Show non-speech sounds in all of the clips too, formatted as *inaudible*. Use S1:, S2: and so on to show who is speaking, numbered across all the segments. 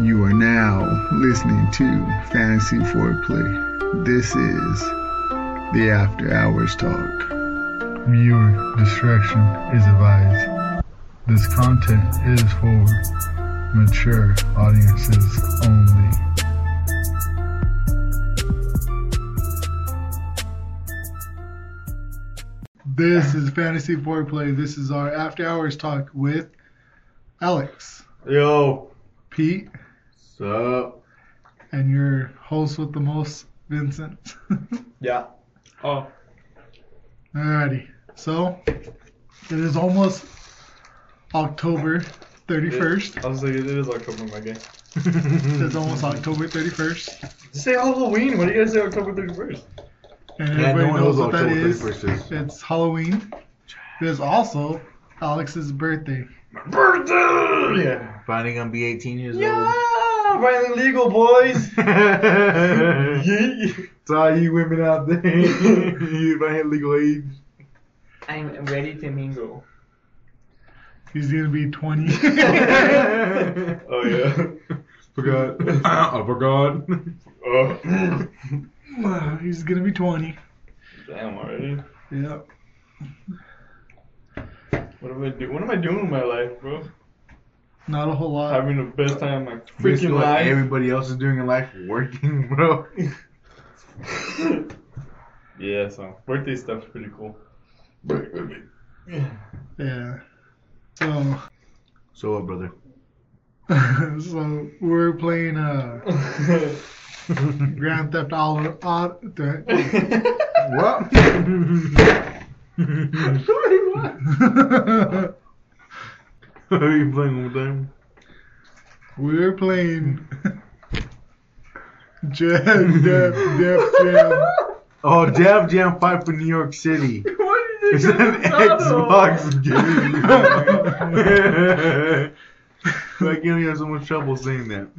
S1: You are now listening to Fantasy Foreplay. This is the After Hours Talk. Viewer discretion is advised. This content is for mature audiences only. This is Fantasy Foreplay. This is our After Hours Talk with Alex,
S2: Yo,
S1: Pete,
S2: sup?
S1: and your host with the most, Vincent. *laughs*
S2: Yeah.
S3: Oh,
S1: Alrighty. So it is almost October 31st.
S3: I was like, it is October, my guy.
S1: It's almost October 31st,
S3: Say Halloween. What do you guys say October 31st?
S1: and
S2: Yeah,
S1: everybody
S2: no one
S1: knows
S2: knows
S1: what that
S2: October
S1: is.
S2: 31st is.
S1: It's Halloween. It is also Alex's birthday.
S3: Birthday!
S2: Yeah. Finally gonna be 18 years
S3: Yeah! Finally legal, boys!
S2: old.
S3: Yeet.
S2: to all you women out there, *laughs* you finally legal age.
S4: I'm ready
S3: *laughs*
S4: to mingle.
S1: He's gonna be 20.
S3: oh, yeah.
S2: *laughs* Forgot. I forgot.
S3: Oh.
S1: Wow, *laughs* He's gonna be 20.
S3: Damn, already.
S1: Yep.
S3: What am I do? What am I doing with my life, bro?
S1: Not a whole lot.
S3: Having the best time of my
S2: Basically
S3: freaking
S2: what
S3: life.
S2: everybody else is doing in life, working, bro.
S3: yeah, so birthday stuff's pretty *laughs* cool.
S1: Yeah. So, *laughs*
S2: so what, *laughs* brother?
S1: so we're playing uh Grand Theft Auto. uh, Auto
S2: *laughs* what?
S3: *laughs*
S2: Are you playing one time?
S1: *laughs* We're playing Jeff Def Def Jam. *laughs*
S2: Oh, Dab Jam 5 for New York *laughs* City.
S4: What
S2: It's
S4: is
S2: an Xbox *laughs* game. Why can't we have so much trouble saying that?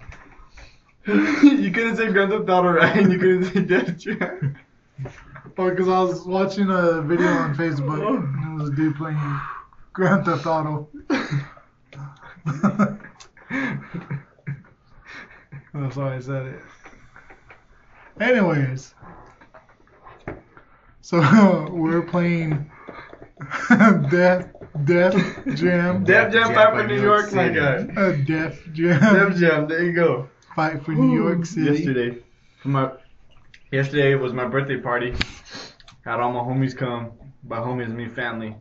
S3: *laughs* you couldn't say Grand Theft Auto, right? And you couldn't say Death Jam.
S1: Because Oh, I was watching a video on Facebook and it was a dude playing Grand Theft Auto. *laughs* That's why I said it. Anyways, so *laughs* we're playing *laughs* Death Death Jam.
S3: Def Jam Fight
S2: Jam by
S3: for
S2: New
S3: New
S2: York
S3: York, my
S2: City.
S3: guy.
S1: Uh, Def Jam.
S3: Def Jam, there you go.
S1: Fight for New York City.
S3: Yesterday, for my yesterday was my birthday party. Had all my homies come. By homies, me family,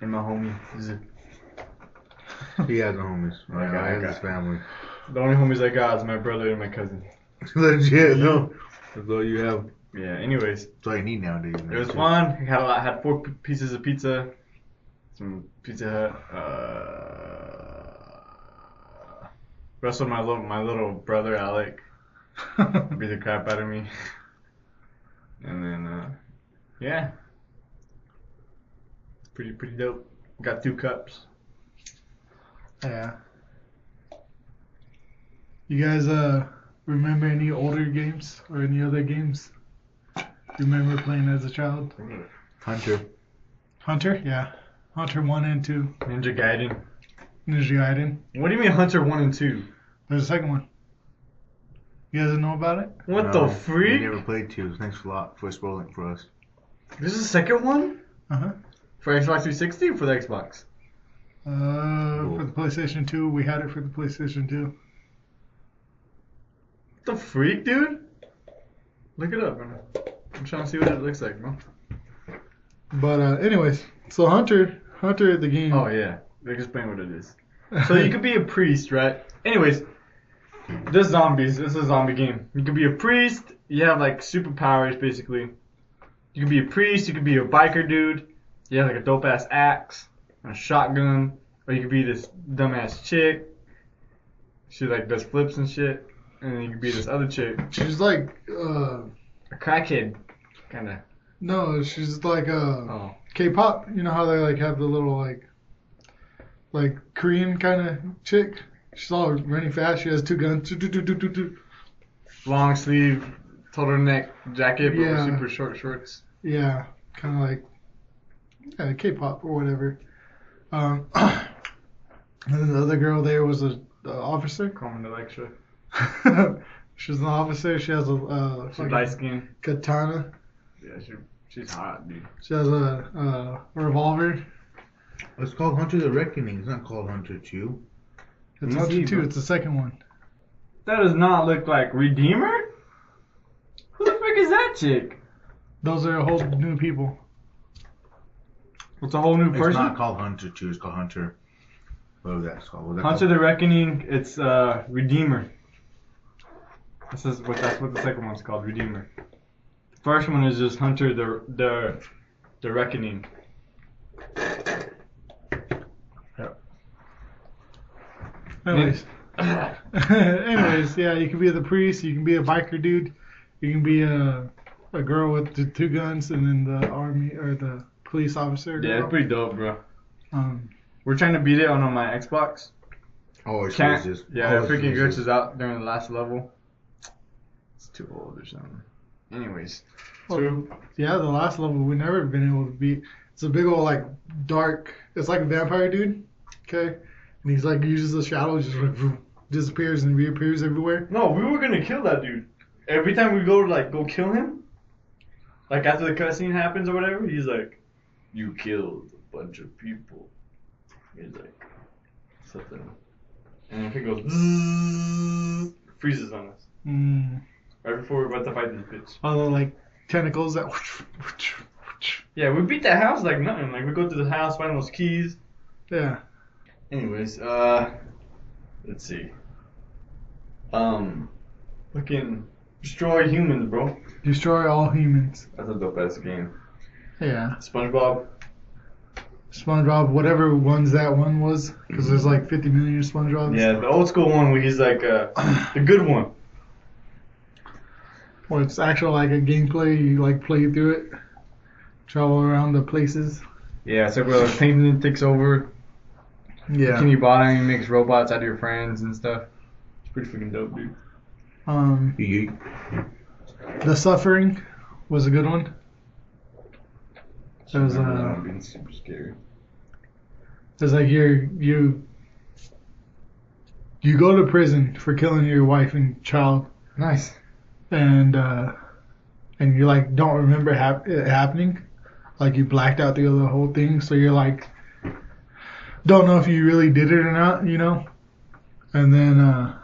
S3: and my homie. This is
S2: He has no homies. Like, I have his family. *laughs*
S3: The only homies I got is my brother and my cousin.
S2: Legit, no. That's all you have.
S3: Yeah. Anyways,
S2: That's all you need nowadays. man.
S3: it was fun. Had a lot. Had four p- pieces of pizza. Some pizza. Hut, Uh, wrestled my little my little brother Alec. beat the crap out of me. *laughs* And then, uh, yeah. It's pretty, pretty dope. Got two cups.
S1: yeah. You guys uh remember any older games or any other games? You remember playing as a child?
S2: Hunter.
S1: Hunter? Yeah. Hunter one and two.
S3: Ninja Gaiden.
S1: Ninja Gaiden.
S3: What do you mean Hunter 1 and 2?
S1: There's a second one. You guys know about it?
S3: What
S2: No,
S3: the freak?
S2: We never played two. Thanks a lot for spoiling for us.
S3: There's a second one?
S1: Uh-huh.
S3: For Xbox 360 or for the Xbox?
S1: Uh
S2: Cool.
S1: for the PlayStation two. We had it for the PlayStation two.
S3: What the freak, dude? Look it up, man. I'm trying to see what it looks like, man.
S1: But uh anyways, so Hunter Hunter the game
S3: Oh, yeah. They explain what it is. So you could be a priest, right? Anyways, there's zombies. This is a zombie game. You could be a priest. You have like superpowers, basically. You could be a priest. You could be a biker dude. You have like a dope ass axe and a shotgun, or you could be this dumbass chick. She like does flips and shit, and then you could be this other chick,
S1: *laughs* she's like uh
S3: a crackhead, kind of.
S1: no, she's like uh
S3: Oh,
S1: K-pop. You know how they like have the little like, like Korean kind of chick. She's all running fast. She has two guns. Do, do, do, do, do, do.
S3: long sleeve, turtleneck jacket, but with
S1: Yeah.
S3: super short shorts.
S1: Yeah, kind of like uh, K-pop or whatever. Um, *coughs* and then the other girl there was a, a officer. *laughs*
S3: Coming to lecture.
S1: She's an officer. She has a uh,
S3: She's
S1: fucking
S3: light skinned.
S1: katana.
S3: Yeah, she, she's hot, dude.
S1: She has a, a revolver.
S2: It's called Hunter the Reckoning. It's not called Hunter Two.
S1: It's
S3: Easy,
S1: up to two.
S3: bro.
S1: It's the second one.
S3: That does not look like Redeemer. Who the frick is that chick?
S1: Those are a whole new people.
S3: It's a whole new
S2: It's
S3: person.
S2: not called Hunter Two. It's called Hunter. What was that called? What was that
S3: Hunter
S2: called?
S3: the Reckoning, it's uh Redeemer. This is what that's what the second one's called, Redeemer. The first one is just Hunter the the the Reckoning.
S1: Anyways, *laughs* anyways, yeah, you can be the priest. You can be a biker dude. You can be a a girl with the two guns, and then the army or the police officer.
S3: Yeah,
S1: girl.
S3: it's pretty dope, bro.
S1: Um,
S3: We're trying to beat it on, on my Xbox.
S2: Oh, it's
S3: Can't.
S2: Jesus.
S3: Yeah,
S2: oh,
S3: it freaking
S2: Jesus.
S3: glitches out during the last level. It's too old or something. Anyways,
S1: well, yeah, the last level we never been able to beat. It's a big old like dark. It's like a vampire dude. Okay, and he's like uses the shadow, just like, vroom, disappears and reappears everywhere.
S3: No, we were gonna kill that dude. Every time we go like go kill him, like after the cutscene happens or whatever, he's like, "You killed a bunch of people." He's like, something, and then he goes, "Zzzz," freezes on us
S1: Mm.
S3: right before we're about to fight this bitch.
S1: All the like tentacles that. *laughs*
S3: Yeah, we beat that house like nothing. Like we go to the house, find those keys.
S1: Yeah.
S3: Anyways, uh, let's see. Um, fucking destroy humans, bro.
S1: Destroy all humans.
S3: That's a dope ass game.
S1: Yeah.
S3: SpongeBob.
S1: SpongeBob, whatever one's that one was, because there's like 50 million SpongeBobs.
S3: Yeah, the old school one where he's like *clears throat* uh, the good one.
S1: Or it's actual like a gameplay. You like play through it, travel around the places.
S3: Yeah, so where like, Penguin takes over,
S1: Yeah.
S3: Kenny Bottom makes robots out of your friends and stuff. It's pretty freaking dope, dude.
S1: um,
S2: You-
S1: the suffering was a good one. There's
S3: Uh,
S1: uh,
S3: being super scary.
S1: there's like your you. You go to prison for killing your wife and child,
S3: Nice.
S1: and uh, and you like don't remember hap- it happening, like you blacked out the other whole thing, so you're like don't know if you really did it or not, you know. And then uh,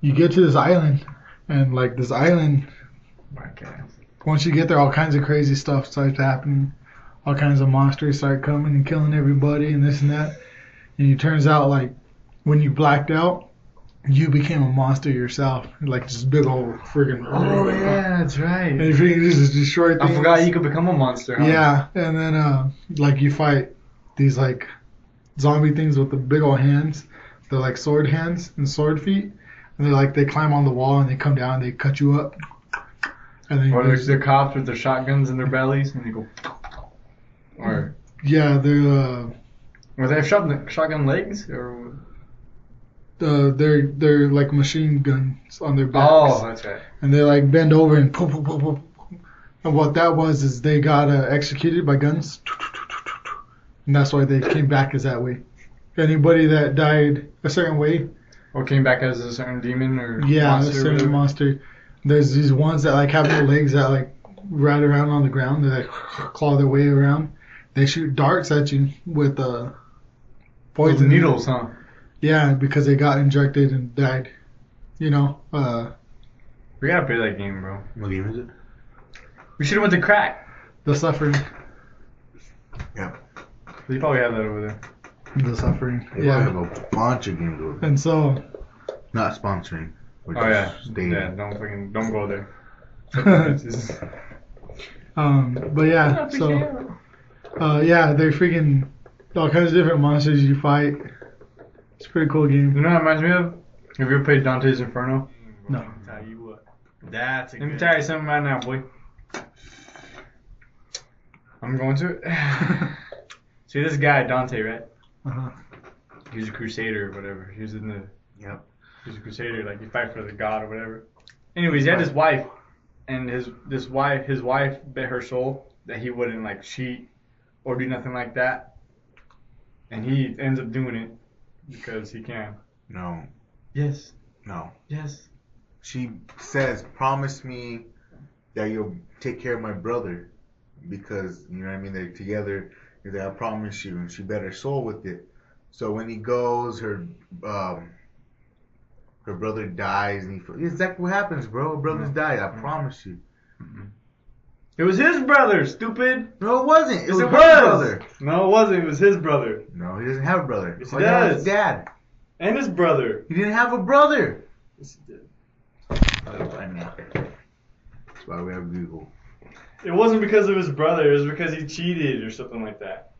S1: you get to this island, and like this island, once you get there, all kinds of crazy stuff starts happening. All kinds of monsters start coming and killing everybody and this and that. And it turns out like when you blacked out, you became a monster yourself, like this big old friggin'
S3: Oh yeah, that's
S1: and
S3: right.
S1: if you just destroy things.
S3: I forgot you could become a monster. Huh?
S1: Yeah, and then uh, like you fight these like zombie things with the big old hands. They're like sword hands and sword feet, and they like they climb on the wall and they come down and they cut you up. And then
S3: Or
S1: you
S3: there's the cops with their shotguns in their bellies and
S1: *laughs*
S3: they go. Or
S1: yeah, they're uh,
S3: or they have shotgun shotgun legs or.
S1: uh, they're they're like machine guns on their backs,
S3: Oh, that's right.
S1: and they like bend over and poof, poof, poof, poof, poof. And what that was is they got uh, executed by guns, and that's why they came back as that way. Anybody that died a certain way
S3: Or came back as a certain demon or
S1: Yeah, a
S3: monster. or
S1: certain
S3: whatever.
S1: monster. There's these ones that like have no legs that like ride around on the ground. They like claw their way around. They shoot darts at you with uh
S3: Those
S1: poison
S3: needles, huh?
S1: Yeah, because they got injected and died. You know, uh,
S3: We gotta play that game, bro.
S2: What game is it?
S3: We should have went to crack.
S1: the suffering,
S2: Yeah.
S3: They probably have that over there.
S1: the suffering.
S2: They
S1: yeah.
S2: probably have a bunch of games over there.
S1: And so, *laughs*
S2: Not sponsoring. We're
S3: Oh yeah,
S2: just stating.
S3: yeah. Don't fucking don't go there. *laughs*
S1: um, but yeah, so uh, yeah, they're freaking all kinds of different monsters you fight. It's a pretty cool
S3: you
S1: game.
S3: know what it reminds me of? Have you ever played Dante's Inferno?
S1: No.
S3: Tell you what.
S2: That's a
S3: Let me tell you something right now, boy. I'm going to it. *laughs* See this guy Dante, right?
S1: Uh-huh.
S3: He was a crusader or whatever. He was in the
S2: Yep.
S3: He was a crusader, like you fight for the god or whatever. Anyways, he had his wife, and his this wife his wife bet her soul that he wouldn't like cheat or do nothing like that. And he ends up doing it because he can.
S2: No,
S3: Yes.
S2: no.
S3: Yes.
S2: She says, "Promise me that you'll take care of my brother, because you know what I mean. They're together. He's like, I promise you." And she bet her soul with it. So when he goes, her um, her brother dies, and he fe- exactly what happens, bro. Brothers die. I promise you.
S3: It was his brother, stupid.
S2: No, it wasn't. It
S3: Yes,
S2: was her
S3: it
S2: brother.
S3: No, it wasn't. It was his brother
S2: No, he doesn't have a brother.
S3: Yes, he
S2: All he had was
S3: does.
S2: his dad.
S3: and his brother.
S2: He didn't have a brother.
S3: Yes, he did.
S2: That's why we have Google.
S3: It wasn't because of his brother. It was because he cheated or something like that.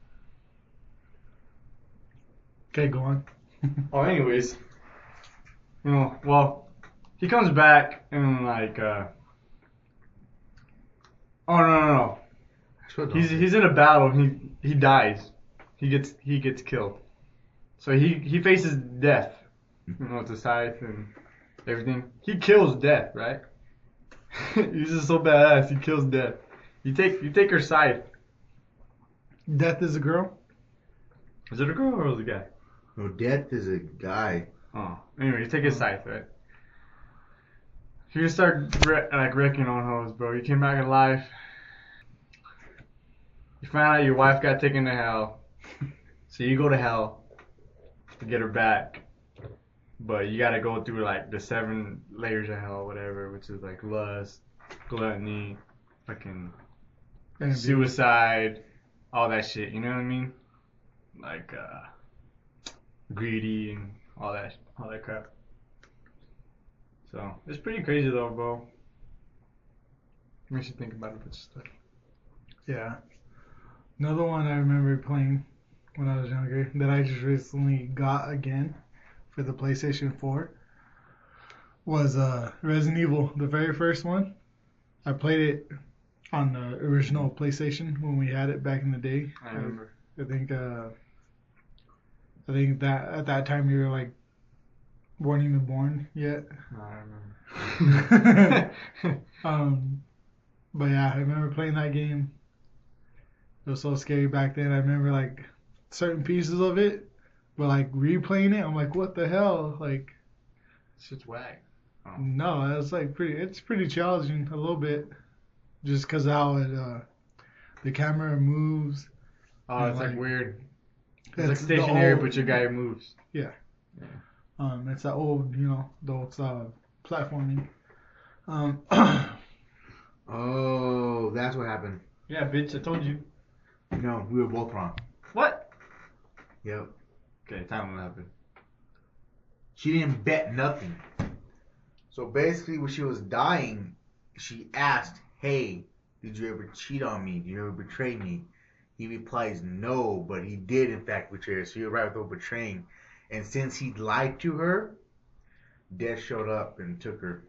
S1: Okay, go on.
S3: Oh, anyways, you know, well, he comes back and like, uh, oh no no no, He's he's in a battle. And he he dies. He gets he gets killed. So he he faces death. You know, with the scythe and everything. He kills death, right? *laughs* he's just so badass. He kills death. You take you take her scythe.
S1: Death is a girl.
S3: Is it a girl or is it a guy?
S2: No, death is a guy.
S3: Oh, anyway, you take his scythe, right? You just start wre- like wrecking on hoes, bro. You came back alive. You find out your wife got taken to hell, so you go to hell to get her back. But you gotta go through like the seven layers of hell, whatever, which is like lust, gluttony, fucking
S1: And be-
S3: suicide, all that shit. You know what I mean? Like uh, greedy and all that, all that crap. So it's pretty crazy though, bro. Makes you think about a bunch of stuff.
S1: Yeah. Another one I remember playing when I was younger that I just recently got again for the PlayStation 4 was uh, Resident Evil, the very first one. I played it on the original PlayStation when we had it back in the day.
S3: I remember.
S1: I think uh, I think that at that time you were like weren't even born yet.
S3: I *laughs* remember.
S1: Um, but yeah, I remember playing that game. It was so scary back then. I remember like certain pieces of it, but like replaying it, I'm like, what the hell? Like,
S3: Shit's whack. Oh, Mm,
S1: no, that's like pretty. It's pretty challenging a little bit, just 'cause how it uh, the camera moves.
S3: Oh, it's like
S1: Like-
S3: weird. It's like
S1: That's the
S3: stationary,
S1: old-
S3: but your guy moves.
S1: Um, it's that old, you know, the old style of platforming. Um, *clears throat*
S2: Oh, that's what happened.
S3: Yeah, bitch, I told you.
S2: No, we were both wrong.
S3: What?
S2: Yep.
S3: Okay, time will happen.
S2: She didn't bet nothing. So basically, when she was dying, she asked, "Hey, did you ever cheat on me? Did you ever betray me?" He replies, "No, but he did in fact betray her. So you're right with betraying." And since he lied to her, death showed up and took her.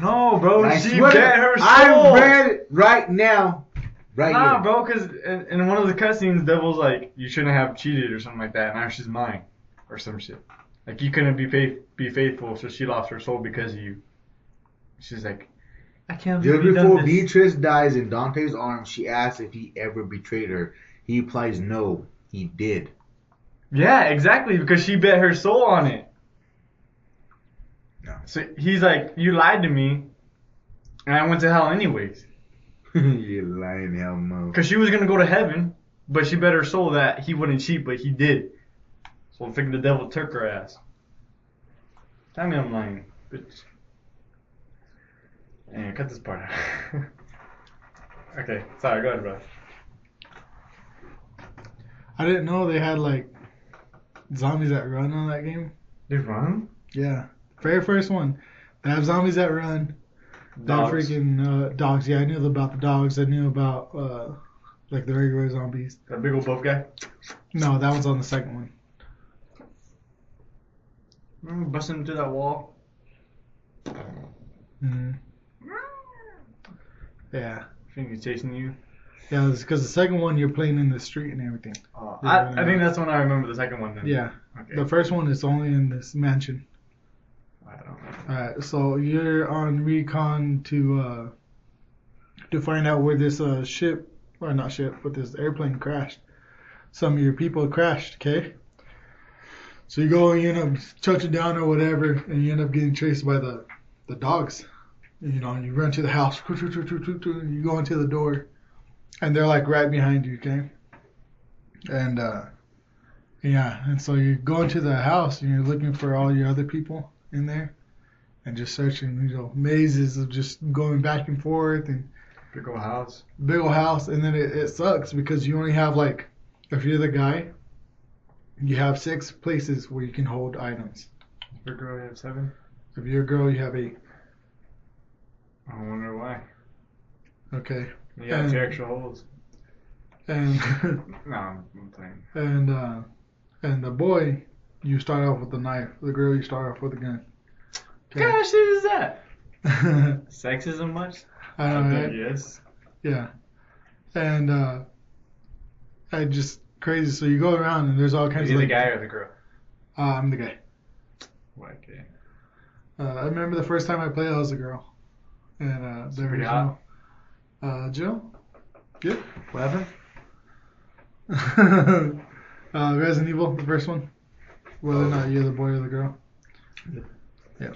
S3: No, bro,
S2: I
S3: Oh, she
S2: swear to-
S3: bet her soul.
S2: I read it right now. Right
S3: Nah,
S2: here.
S3: bro, because in, in one of the cutscenes, Devil's like, you shouldn't have cheated or something like that, and now she's mine, or some shit. Like, you couldn't be faith, be faithful, so she lost her soul because of you. She's like, I can't
S2: Just
S3: believe you
S2: before
S3: done this.
S2: Beatrice dies in Dante's arms, she asks if he ever betrayed her. He replies, "No, he did."
S3: Yeah, exactly, because she bet her soul on it.
S2: No.
S3: So he's like, you lied to me, and I went to hell anyways.
S2: *laughs* you lying hell mouth.
S3: Because she was going to go to heaven, but she bet her soul that he wouldn't cheat, but he did. So I figured the devil took her ass. Tell me I'm lying, bitch. Anyway, cut this part out. *laughs* okay, sorry, go ahead, bro.
S1: I didn't know they had like zombies that run on that game.
S3: They run?
S1: Yeah, very first one. They have zombies that run. The
S3: Dogs.
S1: freaking uh, dogs. Yeah, I knew about the dogs. I knew about uh, like the regular zombies.
S3: That big old buff guy.
S1: No, that was on the second one.
S3: Remember busting through Mm, that wall?
S1: Mhm. Yeah,
S3: think he's chasing you.
S1: yeah. Because the second one you're playing in the street and everything.
S3: Oh, I, I think that's when I remember the second one then.
S1: Yeah,
S3: Okay.
S1: the first one is only in this mansion.
S3: I don't remember.
S1: All right, so you're on recon to uh, to find out where this uh, ship or not ship, but this airplane crashed. Some of your people crashed, okay? So you go and you end up touching down or whatever, and you end up getting chased by the, the dogs. You know, and you run to the house, and you go into the door, and they're like right behind you, okay? And, uh, yeah, and so you go into the house and you're looking for all your other people in there, and just searching, you know, mazes of just going back and forth and
S3: Big old house.
S1: big old house, and then it, it sucks because you only have like, if you're the guy, you have six places where you can hold items.
S3: Big girl, you have seven.
S1: If you're a girl, you have eight.
S3: I wonder why.
S1: Okay,
S3: You got
S1: Um,
S3: two extra holes.
S1: and *laughs*
S3: No, I'm I'm playing.
S1: and uh, and the boy, you start off with the knife. The girl, you start off with a gun. *laughs*
S3: Gosh, shit is that?
S1: I
S3: Sexism much?
S1: know,
S3: I
S1: right?
S3: think yes.
S1: Yeah. And uh I just crazy. So you go around and there's all kinds
S3: Is he
S1: of
S3: the
S1: like,
S3: guy or the girl?
S1: Uh, I'm the guy.
S3: White guy.
S1: Uh, I remember the first time I played, I was a girl, and uh, there
S3: pretty
S1: was no.
S3: hot.
S1: Uh, Jill. Good. *laughs*
S2: What happened?
S1: uh, Resident Evil, the first one. Whether or not you're the boy or the girl.
S2: Yep.
S1: Yeah.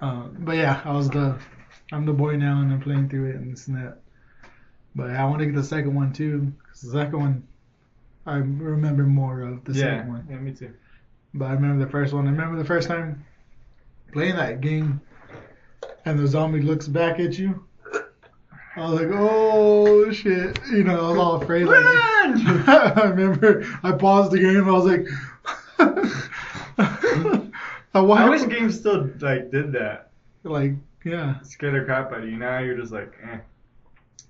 S1: Uh, but yeah, I was the, I'm the boy now, and I'm playing through it and this and that. But I want to get the second one too, 'cause the second one, I remember more of the
S3: yeah.
S1: second one.
S3: Yeah, me too.
S1: But I remember the first one. I remember the first time playing that game, and the zombie looks back at you. I was like, oh shit, you know, I was all afraid. Like, *laughs*
S3: Run!
S1: I remember I paused the game. I was like, *laughs* I,
S3: I
S1: wa-
S3: wish games still like did that.
S1: like yeah,
S3: Scare the crap out of you. Now you're just like, eh.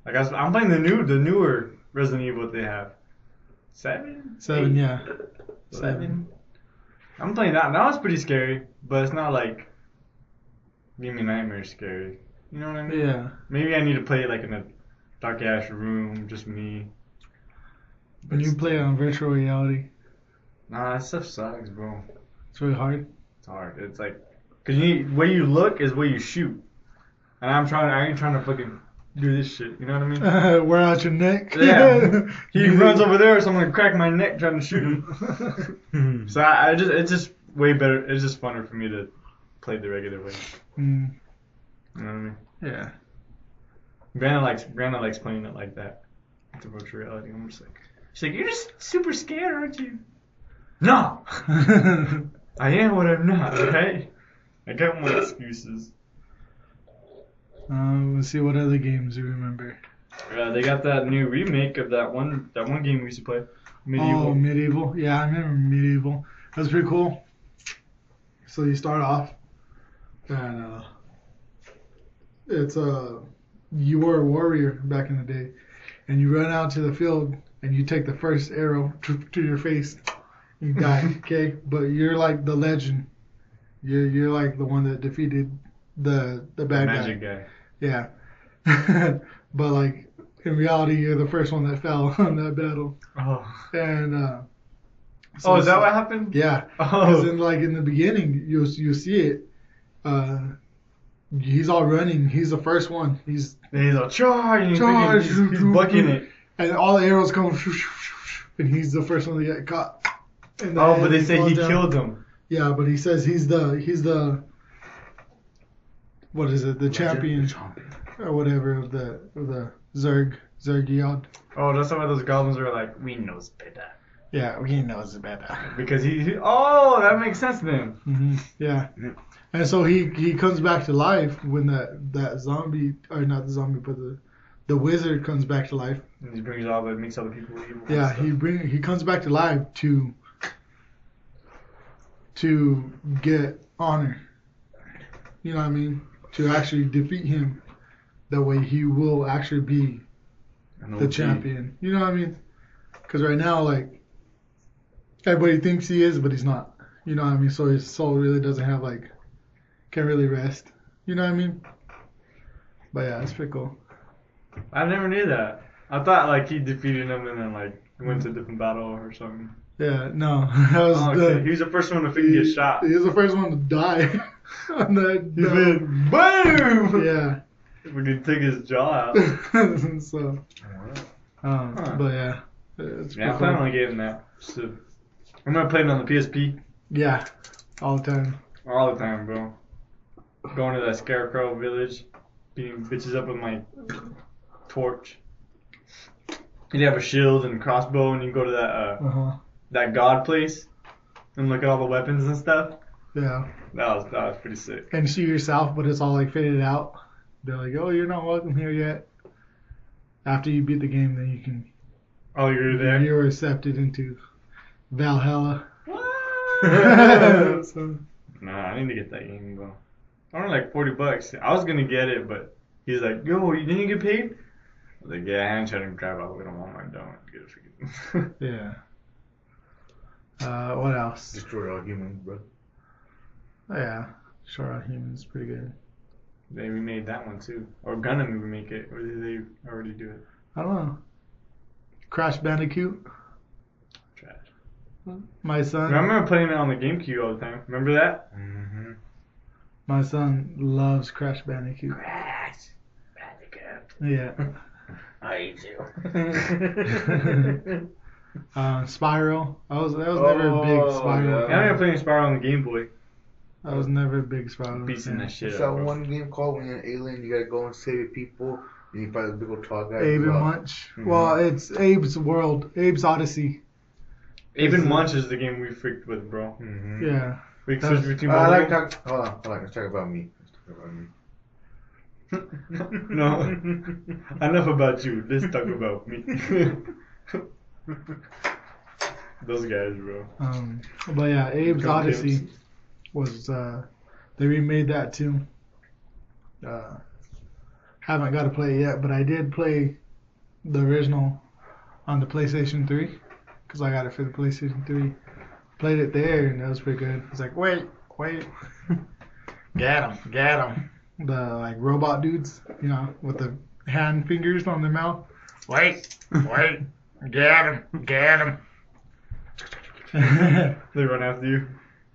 S3: Like I was, I'm playing the new, the newer Resident Evil that they have. Seven.
S1: seven,
S3: Eight?
S1: yeah,
S3: Seven. I'm playing that. Now it's pretty scary, but it's not like give me nightmare scary. You know what I mean?
S1: yeah.
S3: Maybe I need to play it like in a dark ass room, just me.
S1: When you play on virtual reality,
S3: Nah, that stuff sucks, bro.
S1: it's really hard. *laughs*
S3: It's hard. It's like, cause you need, where you look is where you shoot, and I'm trying. I ain't trying to fucking do this shit. You know what I
S1: *laughs*
S3: mean?
S1: Wear out your neck. *laughs*
S3: Yeah. He runs over there, so I'm gonna crack my neck trying to shoot him.
S1: Mm.
S3: so I, I just, it's just way better. It's just funner for me to play the regular way.
S1: Hmm.
S3: You know what I mean?
S1: Yeah.
S3: Brandon likes, Brandon likes playing it like that. It's a virtual reality. I'm just like, she's like, you're just super scared, aren't you? No, I am what I'm not. Okay, Uh, I got more excuses.
S1: *laughs* Um, let's see what other games you remember.
S3: Uh, they got that new remake of that one, that one game we used to play, Medieval.
S1: Oh, medieval. Yeah, I remember medieval. That was pretty cool. So you start off, and uh, it's uh, you were a warrior back in the day, and you run out to the field and you take the first arrow to, to your face, you
S3: *laughs*
S1: die. okay, but you're like the legend. You're you're like the one that defeated the the bad guy.
S3: Magic guy.
S1: Yeah. *laughs* but like in reality, you're the first one that fell *laughs* on that battle.
S3: Oh.
S1: And uh, so
S3: oh, is that
S1: it's-
S3: what happened?
S1: Yeah. Because
S3: Oh.
S1: then, like in the beginning, you you see it. Uh, he's all running. He's the first one. He's
S3: And he's like, charge! and he's thinking-
S1: Charge,
S3: he's,
S1: you
S3: he's
S1: do-
S3: bucking
S1: do.
S3: it.
S1: and all the arrows come, and he's the first one to get caught. And
S3: Oh, but
S1: then
S3: they say
S1: falls
S3: he
S1: down.
S3: killed him.
S1: Yeah, but he says he's the he's the. What is it? The champion
S2: *laughs* Champion.
S1: or whatever of the of the Zerg Zergiod.
S3: Oh, that's why those goblins were like, we knows better.
S1: Yeah, he knows better.
S3: Because he, he- oh, that makes sense then.
S1: hmm Yeah. And so he he comes back to life when that that zombie or not the zombie but the the wizard comes back to life.
S3: And he brings all the, makes all the people evil. and
S1: Yeah,
S3: stuff.
S1: he bring he comes back to life to to get honor. You know what I mean? To actually defeat him. That way he will actually be
S3: An
S1: the
S3: OG.
S1: champion. You know what I mean? Because right now, like everybody thinks he is, but he's not. You know what I mean? So his soul really doesn't have like can't really rest. You know what I mean? But yeah, it's pretty cool.
S3: I never knew that. I thought like he defeated him and then like went to a different battle or something.
S1: Yeah, no, *laughs* that was
S3: Oh,
S1: the,
S3: okay. He was the first one to fucking get shot.
S1: He was the first one to die. *laughs* on that,
S3: He went, boom!
S1: yeah. *laughs*
S3: We could take his jaw out.
S1: so
S2: Wow.
S1: I Um,
S3: Huh.
S1: But yeah, it's
S3: Yeah, I
S1: pretty
S3: plan
S1: cool.
S3: on getting that. So I'm gonna play it on the PSP
S1: yeah, all the time.
S3: all the time, bro. Going to that scarecrow village, beating bitches up with my torch. You'd have a shield and crossbow, and you go to that uh,
S1: Uh huh.
S3: that god place and look at all the weapons and stuff.
S1: Yeah,
S3: That was that was pretty sick.
S1: and see yourself, but it's all like faded out. They're like, oh, you're not welcome here yet. After you beat the game, then you can
S3: Oh, you're there.
S1: you are accepted into Valhalla. *laughs*
S3: *laughs* So- nah, I need to get that game, bro. Only like forty bucks. I was gonna get it, but he's like, "Yo, you didn't get paid?" I was like, "Yeah, I ain't trying to drive all the way to Walmart. Don't want to get a freaking." *laughs*
S1: Yeah. Uh, what else?
S2: Destroy all humans, bro.
S1: Oh, yeah, Short on Humans, pretty good.
S3: they remade that one too, or gonna remake it, or did they already do it?
S1: I don't know. Crash Bandicoot,
S3: Trash.
S1: my
S3: I
S1: son.
S3: remember playing it on the GameCube all the time. Remember that?
S2: *laughs* Mm-hmm.
S1: My son loves Crash Bandicoot.
S4: Crash. Bandicoot.
S1: Yeah.
S4: I hate you.
S1: Uh, Spiral. I was I was never a big
S2: Oh,
S1: Spiral.
S2: yeah.
S3: Yeah, I remember playing Spiral on the Game Boy,
S1: I was never a big Spiral.
S3: beating
S1: fan.
S3: that shit
S2: It's
S3: up.
S2: that
S3: bro.
S2: one game called when you're an alien, you gotta go and save people, and you fight a big old tall guy.
S1: Abe and
S2: Well,
S1: Munch.
S3: Mm-hmm.
S2: Mhm.
S1: Well, it's Abe's World, Abe's Odyssey.
S3: Even Munch is the game we freaked with, bro.
S2: Mhm.
S1: Yeah.
S3: We
S1: That's-
S3: switched between.
S2: I like
S3: mobile-
S2: talk. Hold on, hold on. Let's talk about me. Let's talk about me.
S3: no. Enough about you. Let's talk about me. Those guys, bro.
S1: Um, but yeah, Abe's
S3: Go
S1: Odyssey
S3: Gibbs.
S1: was uh, they remade that too. Uh, haven't got to play it yet, but I did play the original on the PlayStation 3 because I got it for the PlayStation 3. Played it there and that was pretty good. It's like wait, wait,
S2: Get him, get him.
S1: the like robot dudes, you know, with the hand fingers on their mouth. *laughs*
S2: Wait, wait. Get him, get *laughs* him.
S1: yeah,
S3: They run after you.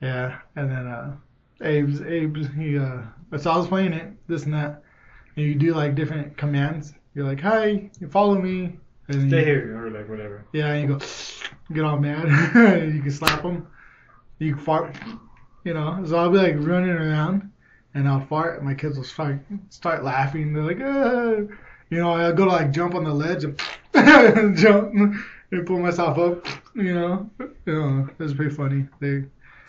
S1: and then uh, Abe's Abe's he uh, so I was playing it this and that, and you do like different commands. You're like, hi, you follow me, and then
S3: Stay
S1: you,
S3: here or like whatever.
S1: Yeah, and you go, *laughs* get all mad. *laughs* you can slap them. You can fart. You know, so I'll be like running around, and I'll fart, and my kids will start start laughing. They're like, ah. you know, I'll go to like jump on the ledge and *laughs* jump and pull myself up. You know, you know, it was pretty funny. They,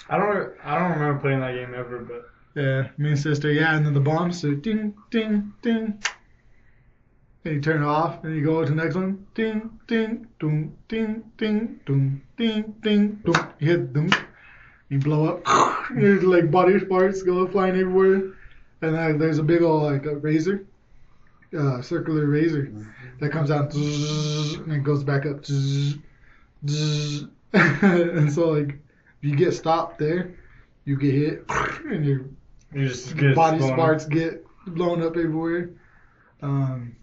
S3: I don't. I don't remember playing that game ever, but
S1: yeah, me and sister, yeah, and then the bombs, so ding, ding, ding. And you turn it off, and you go to the next one, ding, ding, doom, ding, ding, doom, ding, ding, doom. You hit doom, you blow up. *laughs* Your like body parts go flying everywhere, and then there's a big old like a razor, uh, circular razor that comes out and it goes back up, *laughs* and so like if you get stopped there, you get hit, *laughs* and you're
S3: you just get
S1: body
S3: blown up.
S1: parts get blown up everywhere. Um,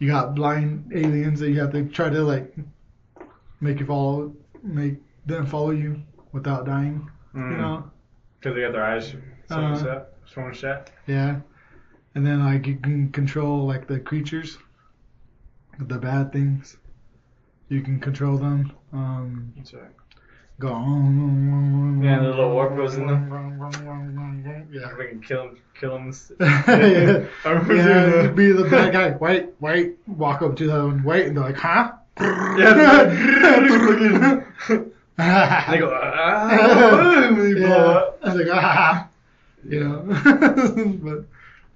S1: you got blind aliens that you have to try to like make you follow, make them follow you without dying.
S3: Mm.
S1: You know,
S3: Because they got their eyes sewn
S1: Uh-huh.
S3: shut. Sewn shut.
S1: yeah. And then like you can control like the creatures, the bad things. You can control them. Um, go on.
S3: Yeah, the little warp goes in
S1: them. Yeah.
S3: If we can kill him,
S1: *laughs*
S3: kill him.
S1: yeah.
S3: *laughs* I remember doing
S1: Yeah,
S3: that.
S1: you'd be the bad guy. Wait, wait. Walk up to them. Wait, and they're like, huh? *laughs*
S3: Yeah. *laughs* they
S1: *laughs*
S3: go. Ah, and *laughs* they blow
S1: yeah.
S3: up.
S1: And they go, ah. You know, *laughs* but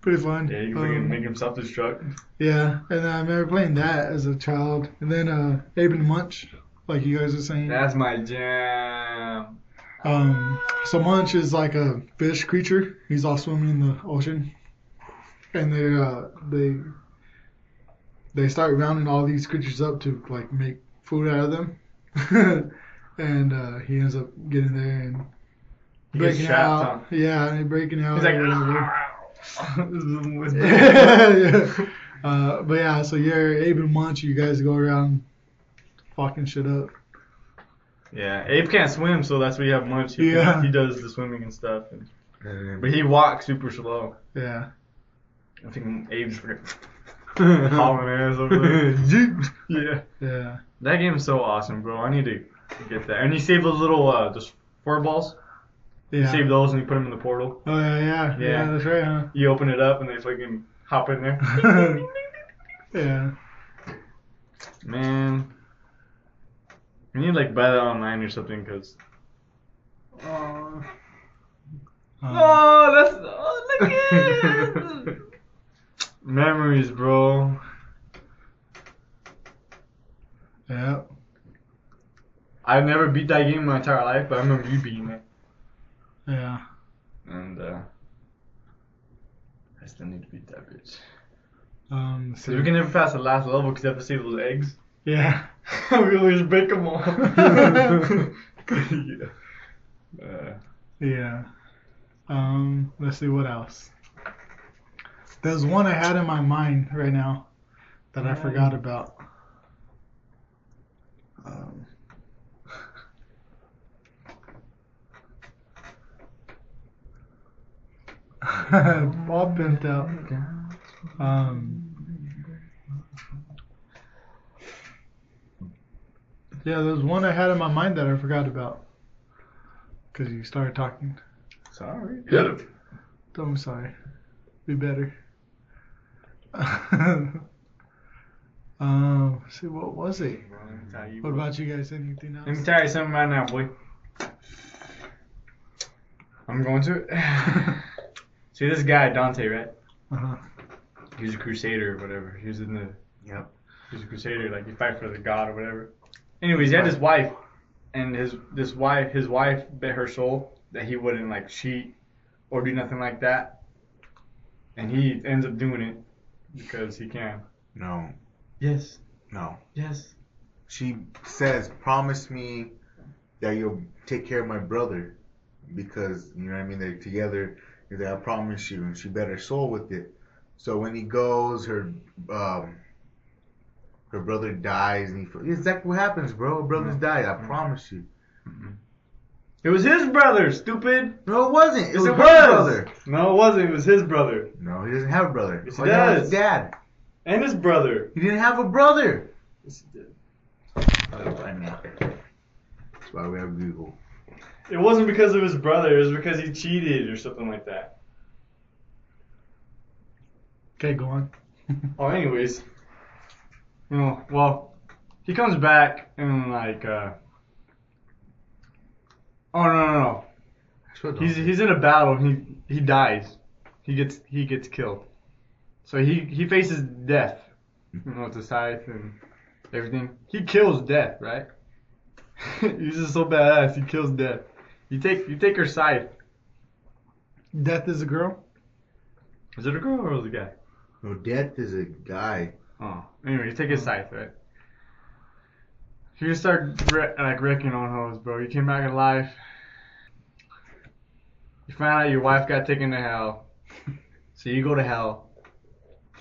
S1: pretty fun.
S3: Yeah, you can
S1: Um,
S3: freaking make him self destruct.
S1: yeah, and I remember playing that as a child, and then uh, Abe and Munch, like you guys are saying.
S3: That's my jam.
S1: Um, so Munch is like a fish creature. He's all swimming in the ocean, and they uh, they they start rounding all these creatures up to like make food out of them, *laughs* and uh, he ends up getting there and
S3: He gets
S1: breaking
S3: trapped,
S1: out. Oh, Yeah, and breaking out.
S3: He's like,
S1: or whatever.
S3: "Ah."
S1: *laughs*
S3: *laughs*
S1: Yeah. Uh, but yeah, so you're Abe and Munch. You guys go around fucking shit up.
S3: yeah, Abe can't swim, so that's why you have Munch. He,
S1: Yeah.
S3: he does the swimming and stuff, and, but he walks super slow.
S1: Yeah. *laughs*
S3: I think Abe's freaking *laughs* hauling ass
S1: *laughs*
S3: over there.
S2: *laughs* Yeet.
S3: Yeah.
S1: Yeah.
S3: That game is so awesome, bro. I need to get that. And you save those little uh, those four balls. You
S1: Yeah.
S3: save those and you put them in the portal.
S1: Oh yeah, yeah, yeah.
S3: Yeah.
S1: that's right, huh?
S3: You open it up and they fucking hop in there.
S1: *laughs* yeah.
S3: Man, I need to like buy that online or something, cause.
S1: Um,
S3: Oh, that's oh, look at
S4: *laughs*
S3: it. memories, bro.
S1: yeah.
S3: I've never beat that game in my entire life, but I remember you beating it,
S1: Yeah.
S3: and uh, I still need to beat that bitch.
S1: Um.
S3: Cause we can never pass the last level, cause you have to save those eggs.
S1: Yeah.
S3: *laughs* we always break them *laughs* all. yeah. Uh,
S1: Yeah. Um. Let's see what else. There's one I had in my mind right now that I forgot about. Um. *laughs* All pimped out. Um. Yeah, there's one I had in my mind that I forgot about. Cause you started talking.
S3: sorry.
S1: I'm sorry. Be better. *laughs* um. See, what was it? What about you guys? Anything
S3: Let me
S1: else?
S3: tell you something right now, boy. I'm going to *laughs* it. See this guy Dante, right?
S1: Uh-huh.
S3: He was a crusader or whatever. He was in the
S2: Yep.
S3: he was a crusader, like he fight for the god or whatever. Anyways, he had his wife, and his this wife his wife bet her soul that he wouldn't like cheat or do nothing like that, and he ends up doing it because he can.
S2: No.
S3: Yes.
S2: No.
S3: Yes.
S2: She says, "Promise me that you'll take care of my brother, because you know what I mean. They're together. He's like, I promise you." And she bet her soul with it. So when he goes, her um, her brother dies, and he fe- exactly what happens, bro. Her brothers
S3: Mm-hmm.
S2: die. I promise you.
S3: It was his brother, stupid.
S2: No, it wasn't. It
S3: Yes,
S2: was her
S3: it
S2: brother.
S3: No, it wasn't. It was his brother
S2: No, he doesn't have a brother.
S3: Yes, he
S2: All had was
S3: does.
S2: his dad.
S3: and his brother.
S2: He didn't have a brother.
S3: Yes, he did.
S2: That's why we have Google.
S3: It wasn't because of his brother. It was because he cheated or something like that.
S1: Okay, go on.
S3: Oh, anyways, you know, well, he comes back and like, uh, oh no no no, he's he's in a battle and he he dies, he gets he gets killed, so he he faces death, you know, with the scythe and everything. He kills death, right? *laughs* he's just so badass. He kills death. You take you take her scythe.
S1: Death is a girl.
S3: Is it a girl or is it a guy?
S2: No, death is a guy.
S3: Oh, anyway, you take his scythe, right? You just start wre- like wrecking on hoes, bro. You came back alive. You find out your wife got taken to hell, so you go to hell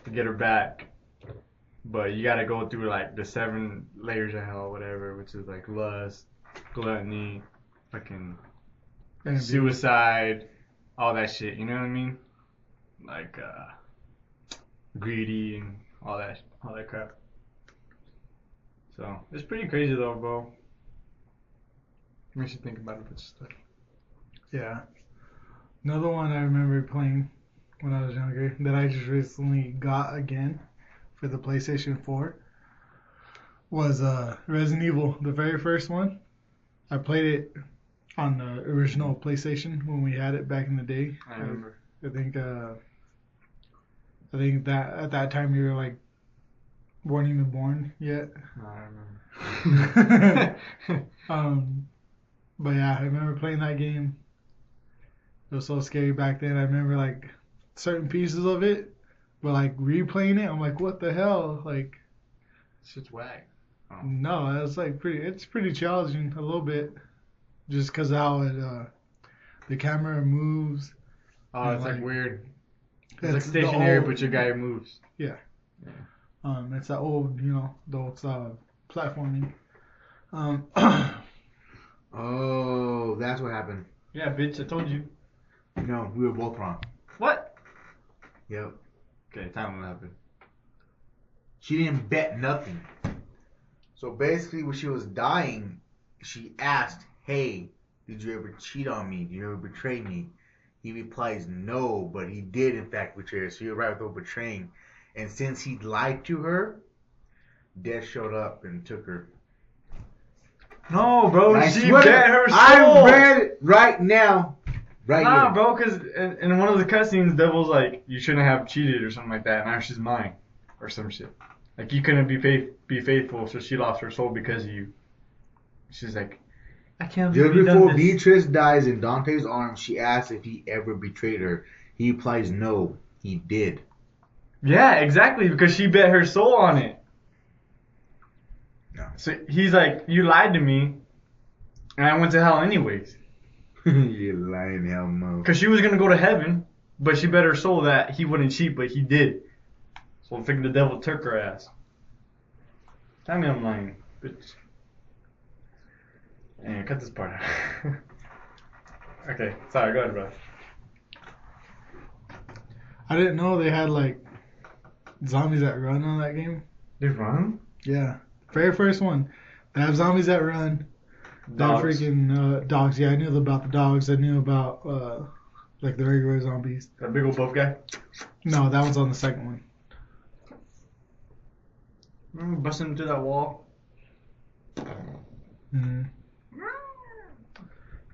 S3: to get her back. But you gotta go through like the seven layers of hell, whatever, which is like lust, gluttony, fucking
S1: Maybe.
S3: suicide, all that shit. You know what I mean? Like uh, greedy and all that, all that crap. So it's pretty crazy though, bro. Makes you think about a bunch of stuff.
S1: Yeah. Another one I remember playing when I was younger that I just recently got again for the PlayStation 4 was uh, Resident Evil, the very first one. I played it on the original PlayStation when we had it back in the day.
S3: I remember.
S1: I think uh, I think that at that time you were like weren't even born yet.
S3: I remember.
S1: Um, but yeah, I remember playing that game. It was so scary back then. I remember like certain pieces of it, but like replaying it, I'm like, what the hell? Like,
S3: *laughs* Shit's whack.
S1: no, that's like pretty. It's pretty challenging a little bit, just 'cause how it uh, the camera moves.
S3: Oh, it's like
S1: Like-
S3: weird. It's like
S1: That's the
S3: stationary,
S1: old-
S3: but your guy moves.
S1: Um, it's that old, you know, the old style of platforming. Um, *clears throat*
S2: Oh, that's what happened.
S3: Yeah, bitch, I told you.
S2: No, we were both wrong.
S3: What?
S2: Yep.
S3: Okay, time will happen.
S2: She didn't bet nothing. So basically, when she was dying, she asked, "Hey, did you ever cheat on me? Did you ever betray me?" He replies, "No, but he did in fact betray her." So you're right with betraying. And since he lied to her, death showed up and took her.
S3: No, bro.
S2: I
S3: Oh, she
S2: swear to-
S3: bet her soul.
S2: I read it right now. Right
S3: Nah,
S2: here.
S3: bro, because in, in one of the cutscenes, Devil's like, you shouldn't have cheated or something like that, and now she's mine, or some shit. Like, you couldn't be faith, be faithful, so she lost her soul because of you. She's like, I can't
S2: Just
S3: believe you
S2: before
S3: done this.
S2: Beatrice dies in Dante's arms, she asks if he ever betrayed her. He replies, "No, he *laughs* did."
S3: Yeah, exactly, because she bet her soul on it.
S2: No.
S3: So he's like, you lied to me, and I went to hell anyways.
S2: you lying hell mode.
S3: Because she was going to go to heaven, but she bet her soul that he wouldn't cheat, but he did. So I figured the devil took her ass. Tell me I'm lying, bitch. Anyway, cut this part out. *laughs* okay, sorry, go ahead, bro.
S1: I didn't know they had like zombies that run on that game.
S3: They run?
S1: Yeah, very first one. They have zombies that run. They have
S3: Dogs.
S1: freaking uh, dogs. Yeah, I knew about the dogs. I knew about uh, like the regular zombies.
S3: That big old buff guy.
S1: No, that was on the second one.
S3: Remember busting into that wall?
S1: Mhm.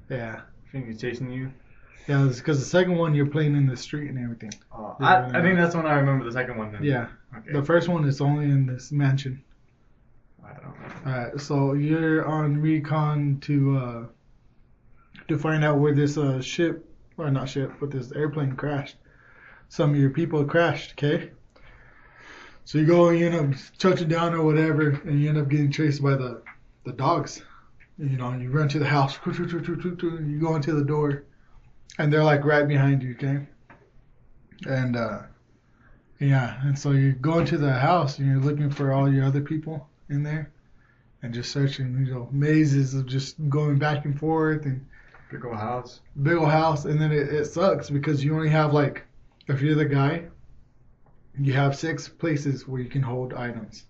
S1: Yeah,
S3: Think he's chasing you?
S1: yeah. Because the second one you're playing in the street and everything.
S3: Oh,
S1: Yeah.
S3: I, I think that's when I remember the second one then.
S1: Yeah.
S3: Okay.
S1: The first one is only in this mansion.
S3: I don't
S1: All
S3: know.
S1: right, so you're on recon to uh, to find out where this uh, ship or not ship, but this airplane crashed. Some of your people crashed, okay? So you go, you end up touching down or whatever, and you end up getting chased by the the dogs. You know, you run to the house, choo- choo- choo- choo- choo- choo, and you go into the door, and they're like right behind you, okay? And uh, yeah, and so you go into the house and you're looking for all your other people in there and just searching, you know, mazes of just going back and forth and
S3: Big old house.
S1: big old house. And then it, it sucks because you only have like, if you're the guy, you have six places where you can hold items.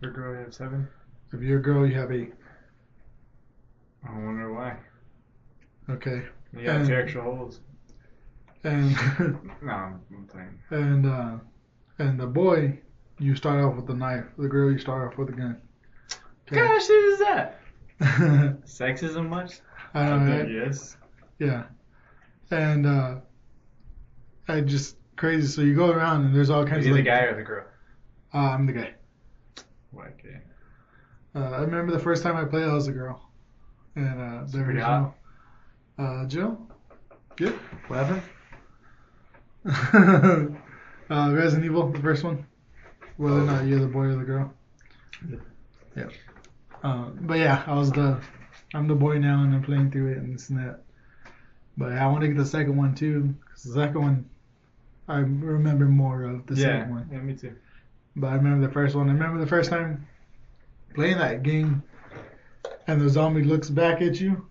S3: Big girl, you have seven?
S1: If you're a girl, you have eight.
S3: I wonder why.
S1: Okay.
S3: You got
S1: Um,
S3: two extra holes.
S1: And *laughs*
S3: No, I'm I'm playing.
S1: and uh, and the boy, you start off with the knife. The girl, you start off with a gun. Okay. *laughs*
S3: Gosh, shit is that?
S1: I
S3: Sexism much?
S1: know, right?
S3: Yes.
S1: Yeah. And uh, I just crazy. So you go around and there's all
S3: Is
S1: kinds
S3: he
S1: of
S3: the
S1: like,
S3: guy or the girl?
S1: Uh, I'm the guy.
S3: White guy.
S1: Uh, I remember the first time I played, I was a girl. And uh, there
S3: pretty
S1: was
S3: hot.
S1: no. Uh, Jill?
S3: What happened?
S1: *laughs* uh, Resident Evil, the first one. Whether or not you're the boy or the girl.
S2: Yep.
S1: Yeah. Uh, but yeah, I was the. I'm the boy now and I'm playing through it and this and that. But I want to get the second one too. Because the second one, I remember more of the
S3: yeah.
S1: second one.
S3: Yeah, me too.
S1: But I remember the first one. I remember the first time playing that game, and the zombie looks back at you.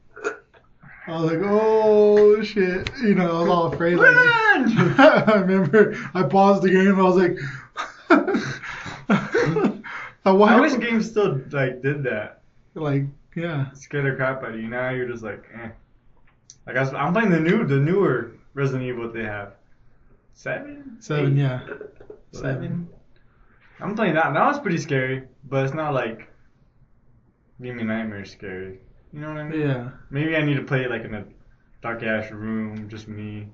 S1: I was like, "Oh shit!" You know, I was all afraid.
S3: *laughs*
S1: Like, *laughs*
S3: Run!
S1: I remember I paused the game. I was like, *laughs* "I
S3: I
S1: watched."
S3: wish games still like did that.
S1: Like, yeah,
S3: Scared the crap out of you. Now you're just like, eh. Like I was, I'm playing the new, the newer Resident Evil that they have. Seven.
S1: seven.
S3: Eight?
S1: Yeah,
S3: Seven. I'm playing that. Now it's pretty scary, but it's not like give me nightmare scary. You know what I mean?
S1: yeah.
S3: Maybe I need to play it like in a dark ass room, just me.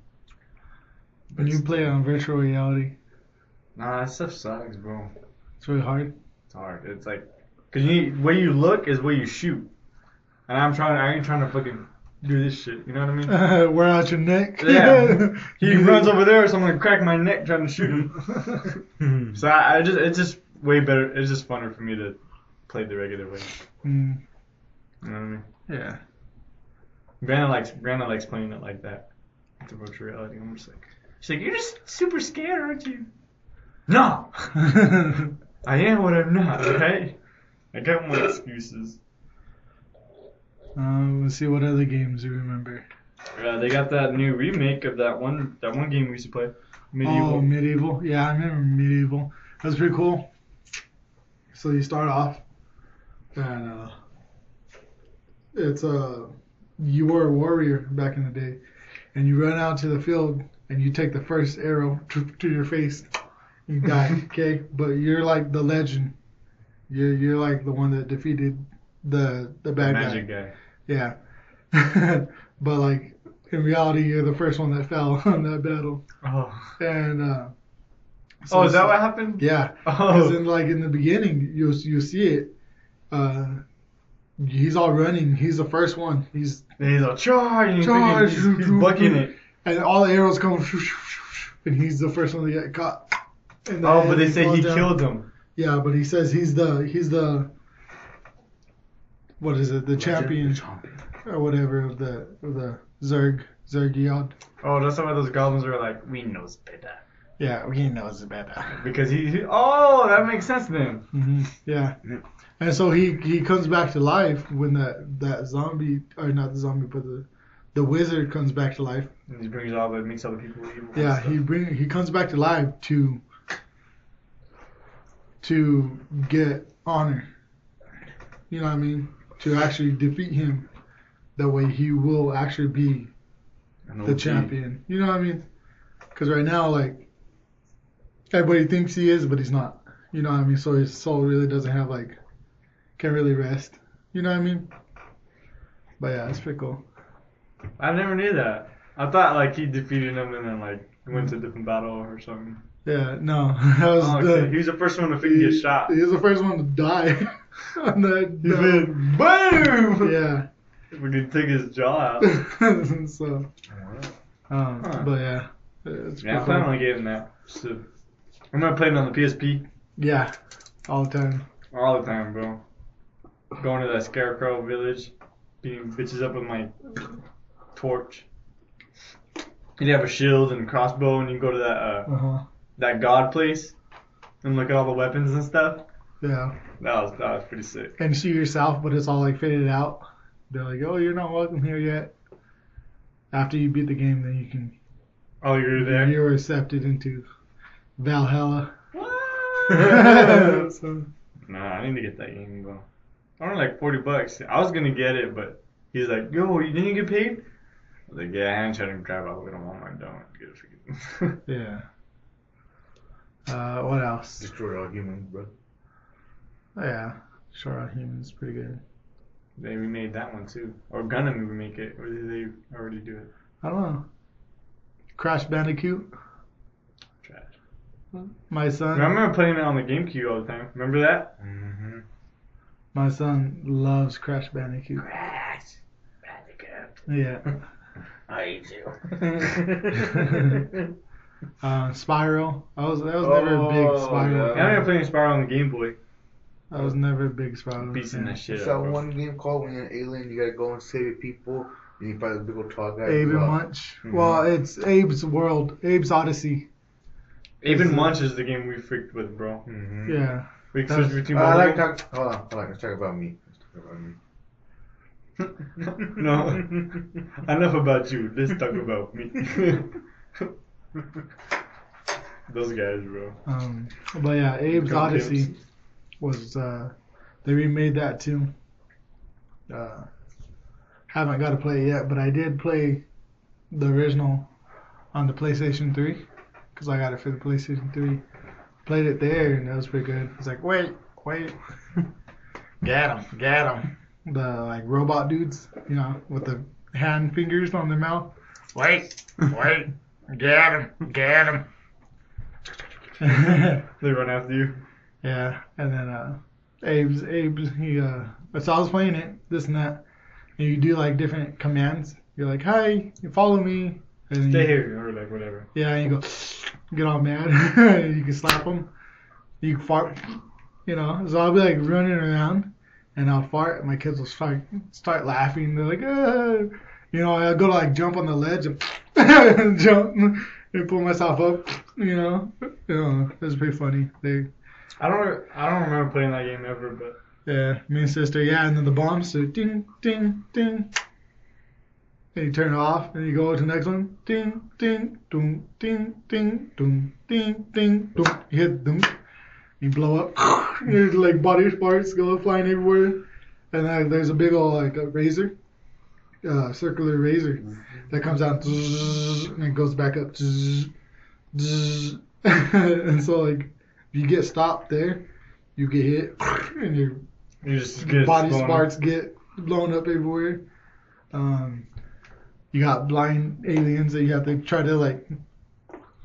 S1: When you play it on virtual reality,
S3: Nah, that stuff sucks, bro.
S1: it's really hard. *laughs*
S3: It's hard. It's like, cause you need, where you look is where you shoot, and I'm trying. I ain't trying to fucking do this shit. You know what I
S1: *laughs*
S3: mean?
S1: Wear out your neck. *laughs*
S3: Yeah. He runs over there, so I'm gonna crack my neck trying to shoot him. so I, I just, it's just way better. It's just funner for me to play the regular way.
S1: Mm,
S3: *laughs* You know what I mean?
S1: *laughs* yeah.
S3: Brandon likes Brandon likes playing it like that. It's a virtual reality. I'm just like, she's like, you're just super scared, aren't you? No, I am what I'm not. Okay, Uh, I got more excuses.
S1: Um, let's see what other games you remember.
S3: Uh, they got that new remake of that one that one game we used to play, Medieval.
S1: Oh, medieval. Yeah, I remember medieval. That was pretty cool. So you start off, and uh, it's uh, you were a warrior back in the day, and you run out to the field and you take the first arrow to, to your face, you die. okay, but you're like the legend. You're you're like the one that defeated the the bad guy.
S3: Magic guy.
S1: Yeah. *laughs* but like in reality, you're the first one that fell *laughs* on that battle.
S3: Oh.
S1: And uh,
S3: oh, is that
S1: so-
S3: what happened?
S1: Yeah. Because
S3: Oh.
S1: in like in the beginning, you you see it. Uh, he's all running. He's the first one. He's
S3: And he's like, charge! He's,
S1: Charge,
S3: he's,
S1: you
S3: he's
S1: do-
S3: bucking it.
S1: and all the arrows come, and he's the first one to get caught. And
S3: Oh,
S1: then
S3: but they say
S1: falls
S3: he
S1: down.
S3: killed him.
S1: Yeah, but he says he's the he's the. What is it? The champion or whatever of the of the Zerg Zergiod.
S3: Oh, that's why those goblins were like, we knows better.
S1: Yeah, he knows better.
S3: Because he, he- oh, that makes sense then.
S1: hmm Yeah. And so he he comes back to life when that that zombie or not the zombie but the the wizard comes back to life.
S3: And he brings all the makes all the people evil. and
S1: Yeah,
S3: stuff.
S1: he bring he comes back to life to to get honor. You know what I mean? To actually defeat him. That way he will actually be
S3: An
S1: the
S3: OG.
S1: champion. You know what I mean? Because right now, like everybody thinks he is, but he's not. You know what I mean? So his soul really doesn't have like can't really rest. You know what I mean? But yeah, it's pretty cool.
S3: I never knew that. I thought like he defeated him and then like went to a different battle or something.
S1: Yeah, no, *laughs* that was
S3: Oh,
S1: the,
S3: okay. He was the first one to freaking get shot.
S1: He was the first one to die. *laughs* on that,
S3: He went, boom!
S1: yeah. *laughs*
S3: We could take his jaw out.
S1: so, um,
S3: Huh.
S1: but yeah, it's
S3: yeah, I
S1: pretty
S3: plan
S1: cool.
S3: on getting that. So, I'm gonna play it on the PSP
S1: yeah, all the time.
S3: all the time, bro. Going to that scarecrow village, beating bitches up with my torch. You'd have a shield and crossbow, and you go to that uh,
S1: Uh huh.
S3: that god place and look at all the weapons and stuff.
S1: Yeah,
S3: That was that was pretty sick.
S1: and see yourself, but it's all like faded out. They're like, oh, you're not welcome here yet. After you beat the game, then you can
S3: Oh, you're there.
S1: you're accepted into Valhalla. *laughs*
S3: *laughs* What?
S1: so,
S3: nah, I need to get that game, bro. Only like forty bucks. I was gonna get it, but he's like, "Yo, you didn't get paid?" I was like, "Yeah, I ain't trying to drive all the way to Walmart. Don't want to get a freaking." *laughs*
S1: yeah. Uh, what else?
S2: Destroy all humans, bro.
S1: Oh, yeah, Short on Humans, pretty good.
S3: they remade that one too, or gonna remake it, or did they already do it?
S1: I don't know. Crash Bandicoot.
S3: Trash.
S1: My
S3: I
S2: Uh,
S1: son,
S3: remember playing it on the GameCube all the time. Remember that?
S2: Mm-hmm.
S1: my son loves Crash Bandicoot.
S4: Crash. Bandicoot.
S1: Yeah.
S4: I hate you.
S2: Mm-hmm. *laughs*
S1: Uh, Spiral. I was I was never a big
S2: Oh,
S1: Spiral.
S2: yeah.
S3: Yeah, I remember playing Spiral on the Game Boy,
S1: I was never a big Spiral.
S3: beating
S1: fan.
S3: that shit
S2: It's
S3: up.
S2: that
S3: bro.
S2: uh, one game called when you're an alien, you gotta go and save people, and you fight a big old tall guy.
S1: Abe and
S2: Well,
S1: Munch.
S3: Mm-hmm.
S2: Mhm.
S1: Well, it's Abe's World. Abe's Odyssey.
S3: Even Munch is the game we freaked with, bro.
S2: Mhm.
S1: Yeah.
S3: We
S1: That's-
S3: switched between.
S2: Uh, I like
S3: mobile-
S2: talk. Hold on, hold on. Let's talk about me. Let's talk about me.
S3: no. Enough about you. Let's talk about me. Those guys, bro.
S1: Um, but yeah, Abe's
S3: Go
S1: Odyssey
S3: Gibbs.
S1: was uh, they remade that too. Uh, haven't got to play it yet, but I did play the original on the PlayStation 3 because I got it for the PlayStation 3. Played it there and that was pretty good. It's like wait,
S3: *laughs*
S1: wait, get him, get him. The like robot dudes, you know, with the hand fingers on their
S3: *laughs*
S1: mouth.
S4: Wait. Wait. Get him. Get
S2: *laughs*
S4: him.
S3: They run after you.
S1: Yeah, and then uh, Abe's Abe's he uh, so I was playing it this and that, and you do like different commands. You're like, "Hi, you follow me," and then
S3: Stay
S1: you,
S3: here or like whatever.
S1: Yeah, and you go, *laughs* get all mad. *laughs* you can slap him. You can fart. You know, so I'll be like running around, and I'll fart, and my kids will start start laughing. They're like, ah. you know, I'll go to like jump on the ledge and *laughs* jump and pull myself up. You know, you know, it was pretty funny. They
S3: I don't. I don't remember playing that game ever, but
S1: yeah, me and sister. Yeah, and then the bombs so ding, ding, ding. And you turn it off, and you go to the next one. Ding, ding, ding, ding, ding, ding, ding, ding, ding. You hit ding. You blow up. *laughs* There's like body parts go flying everywhere, and then there's a big old like a razor, uh, circular razor that comes out and it goes back up. *laughs* and so like, if you get stopped there, you get hit, *laughs* and your
S3: You just get
S1: body
S3: blown up.
S1: parts get blown up everywhere. Um, you got blind aliens that you have to try to like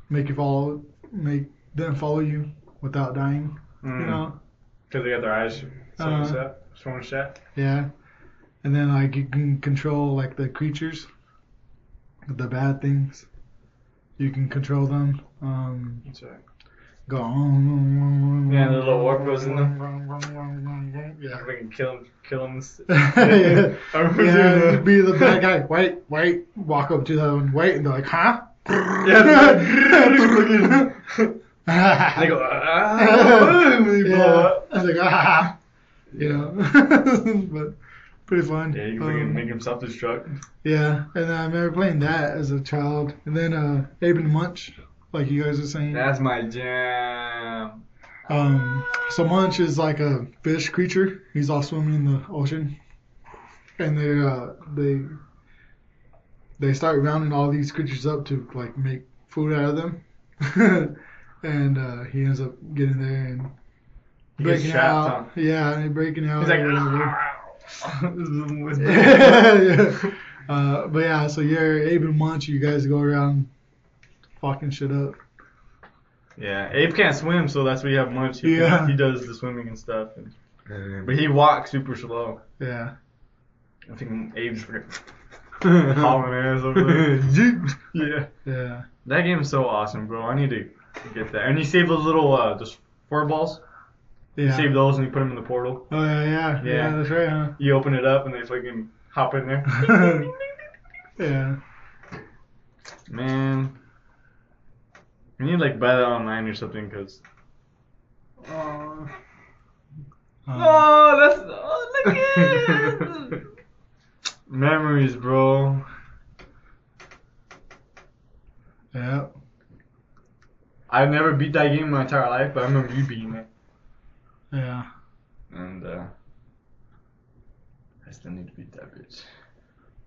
S1: make you follow, make them follow you without dying. You
S3: Mm.
S1: know,
S3: Because they got their eyes
S1: Uh-huh.
S3: sewn shut. Sewn shut.
S1: yeah. And then like you can control like the creatures, the bad things. You can control them. Um,
S3: That's right.
S1: go.
S3: Yeah, the little warp goes in
S1: them. Yeah.
S3: We can kill him. Kill him.
S1: *laughs* yeah.
S3: *laughs* I remember doing
S1: Yeah,
S3: that.
S1: you'd be the bad guy. Wait, wait. Walk up to them. Wait, and they're like, huh?
S3: *laughs* Yeah. *laughs* *laughs* They go. Ah, boom, and they
S1: *laughs*
S3: blow
S1: yeah.
S3: up.
S1: I was like, ah, you know, *laughs* but pretty fun.
S3: Yeah, you can
S1: Um,
S3: freaking make him self-destruct.
S1: yeah, and I remember playing that as a child, and then uh, Abe and Munch, like you guys are saying.
S3: That's my jam.
S1: Um, so Munch is like a fish creature. He's all swimming in the ocean, and they uh, they they start rounding all these creatures up to like make food out of them, *laughs* and uh, he ends up getting there and
S3: He gets
S1: breaking
S3: trapped,
S1: out. Yeah, and breaking out.
S3: He's like.
S1: or whatever. *laughs*
S3: "Ah."
S1: yeah. Uh, but yeah, so you're Abe and Munch. You guys go around fucking shit up.
S3: Yeah, Abe can't swim, so that's why you have Munch. He,
S1: Yeah.
S3: he does the swimming and stuff, and, but he walks super slow. *laughs*
S1: Yeah.
S3: I think Abe's freaking hauling
S1: *laughs*
S3: ass over there. yeah,
S1: Yeah.
S3: that game is so awesome, bro. I need to get that. And you save the little uh, just four balls. You
S1: Yeah.
S3: save those and you put them in the portal.
S1: Oh yeah, yeah, yeah.
S3: Yeah.
S1: that's right, huh?
S3: You open it up and they freaking hop in there.
S1: *laughs* yeah.
S3: Man, I need to like buy that online or something, cause.
S1: Um,
S3: *laughs* Oh, that's oh, look at
S4: *laughs*
S3: it. memories, bro.
S1: yeah.
S3: I've never beat that game in my entire life, but I remember you beating it,
S1: Yeah.
S3: and uh, I still need to beat that bitch.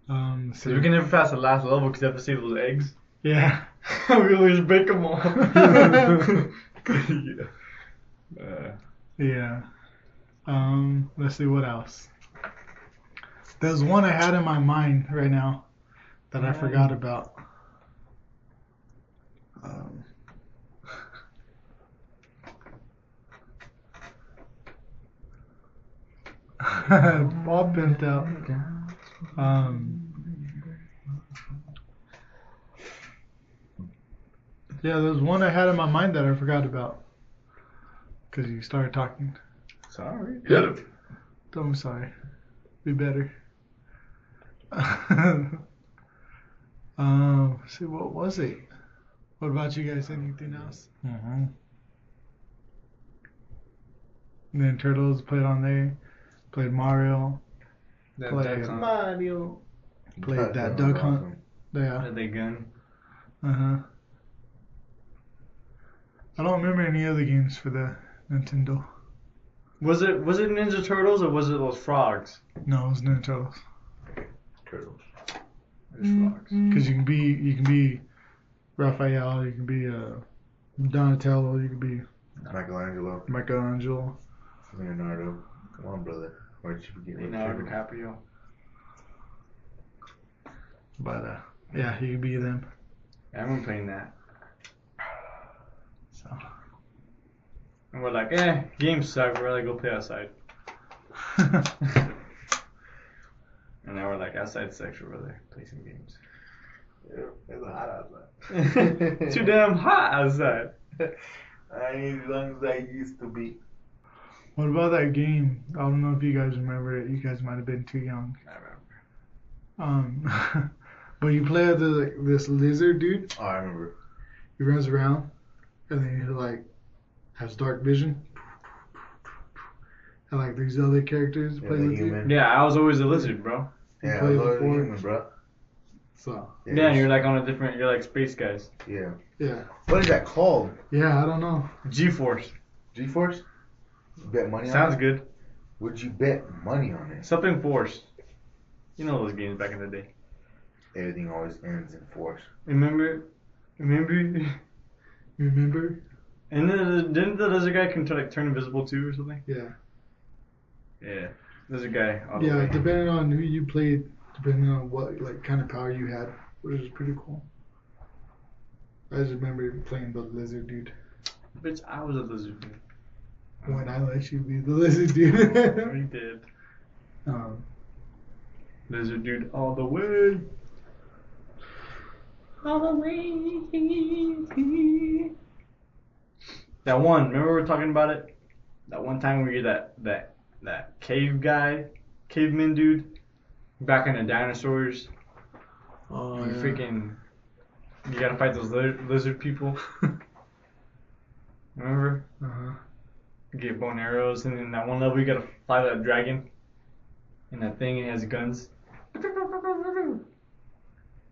S1: Um,
S3: Cause we can never pass the last level because you have to save those eggs.
S1: yeah.
S3: *laughs* we always break them *laughs* all. yeah. Uh,
S1: Yeah. Um, let's see what else. There's one I had in my mind right now that I forgot about. Um, *laughs* all pimped out. Um, yeah, there's one I had in my mind that I forgot about because you started talking.
S3: sorry.
S1: I'm sorry. Be better. *laughs* um, let's see, what was it? What about you guys? Anything else? Mm-hmm. And then Turtles played on there. Played Mario.
S3: That
S1: Play
S3: duck
S1: it.
S3: hunt.
S2: Mario.
S1: Played
S2: Duck
S1: that
S2: Hunt
S1: Duck
S2: was
S1: Hunt.
S2: awesome.
S1: Yeah.
S3: That they gun.
S1: Uh huh. I don't remember any other games for the Nintendo.
S3: Was it was it Ninja Turtles or was it those frogs?
S1: No, it was Nintendo's.
S2: Turtles.
S3: Those frogs.
S1: Because you can be you can be Raphael, you can be uh, Donatello, you can be
S2: Michelangelo.
S1: Michelangelo.
S2: Leonardo. Come on, brother. Why'd you forget
S3: Leonardo DiCaprio.
S1: But uh, yeah, you can be them. *laughs*
S3: Yeah, I'm playing that.
S1: So
S3: And we're like, eh, games suck. We're like, go play outside. And now we're like, outside sucks. We're like, play some games.
S2: It's hot
S3: *laughs*
S2: outside.
S3: Too damn hot outside.
S2: I ain't as long as I used to be.
S1: what about that game? I don't know if you guys remember it. You guys might have been too young.
S3: I remember.
S1: Um, *laughs* but you play as the, this lizard dude.
S2: Oh, I remember.
S1: He runs around, and then he like has dark vision. And like these other characters
S2: Yeah,
S1: play
S2: the
S1: with you.
S2: human.
S3: Yeah, I was always a lizard, bro.
S2: Yeah, I
S1: played
S2: was
S1: before.
S2: human, bro.
S1: So
S3: Yeah, you're like on a different. You're like space guys.
S2: Yeah.
S1: yeah,
S2: What is that called?
S1: yeah, I don't know.
S3: G force.
S2: G Force? Bet money on
S3: Sounds
S2: it?
S3: good.
S2: Would you bet money on it?
S3: Something forced. You know those games back in the day.
S2: Everything always ends in force.
S3: Remember, remember, *laughs*
S1: Remember?
S3: and then didn't the other guy can like turn invisible too or something?
S1: Yeah.
S3: Yeah, there's a guy. all
S1: Yeah,
S3: the way.
S1: depending on who you played, depending on what like kind of power you had, which is pretty cool. I just remember playing the lizard dude.
S3: Bitch, I was a lizard. man.
S1: When I let you be the lizard
S3: We
S1: dude. *laughs*
S3: did.
S1: um,
S3: Lizard dude all the way. All the way. That one, remember we were talking about it? That one time we were that that that cave guy, caveman dude, back in the dinosaurs.
S1: oh,
S3: you freaking, you gotta fight those li- lizard people.
S1: *laughs*
S3: remember?
S1: Uh huh.
S3: You get bone arrows, and then that one level you gotta fly that dragon, and that thing it has guns.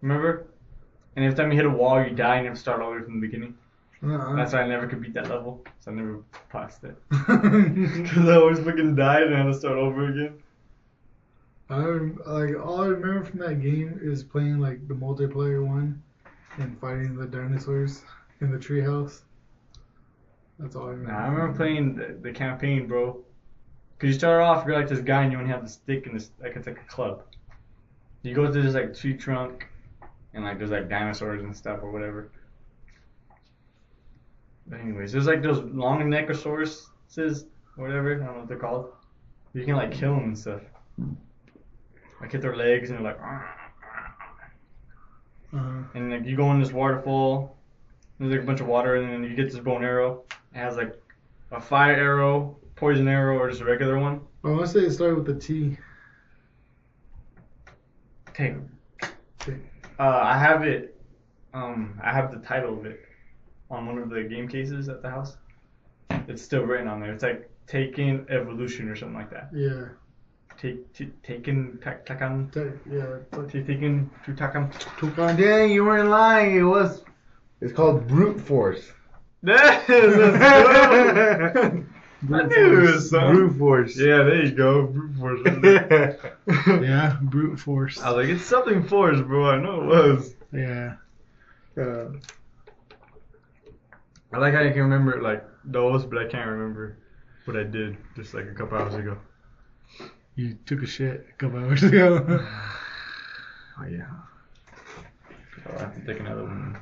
S3: Remember? And every time you hit a wall, you die and you have to start all the way from the beginning.
S1: Uh-uh. *laughs*
S3: That's why I never could beat that level, so I never passed it. Because I
S1: I
S3: always fucking died and I had to start over again.
S1: rem- like all I remember from that game is playing like the multiplayer one and fighting the dinosaurs in the treehouse. That's all I remember.
S3: Nah, I remember playing the, the campaign, bro. Cause you start off, you're like this guy, and you only have the stick and this like it's like a club. You go through this like tree trunk, and like there's like dinosaurs and stuff or whatever. But anyways, there's like those long necosauruses, whatever I don't know what they're called. You can like kill them and stuff. Like hit their legs and they're like.
S1: Uh-huh.
S3: and like you go in this waterfall. There's like a bunch of water, and then you get this bone arrow. It has like a fire arrow, poison arrow, or just a regular one.
S1: I want to say it started with a T.
S3: Okay. Uh, I have it. Um, I have the title of it on one of the game cases at the house. It's still written on there. It's like Taken Evolution or something like that.
S1: Yeah.
S3: Take t- Taken Tak Takan.
S1: Ta- yeah. ta-
S3: Taken to Takan.
S2: Oh, dang, you weren't lying. It was. It's called brute force.
S3: Yes, let's go. I knew it was something.
S2: Brute
S3: *laughs*
S2: force.
S3: Yeah, there you go. *laughs* Brute force.
S1: Yeah, brute force.
S3: I was like, it's something forced, bro. I know it was.
S1: Yeah.
S2: Uh,
S3: I like how you can remember like those, but I can't remember what I did just like a couple hours ago.
S1: You took a shit a couple hours ago. *laughs*
S3: Oh yeah. I'll Oh, have to take another one.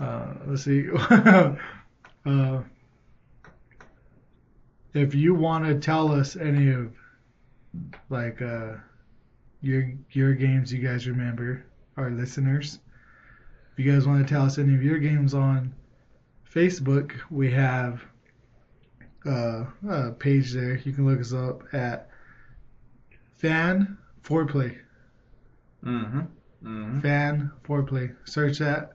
S1: Uh, let's see. *laughs* uh, if you want to tell us any of like uh, your your games you guys remember, our listeners, if you guys want to tell us any of your games on Facebook, we have uh, a page there. You can look us up at Fan Foreplay.
S3: Mm-hmm. Mm-hmm.
S1: Fan foreplay. Search that.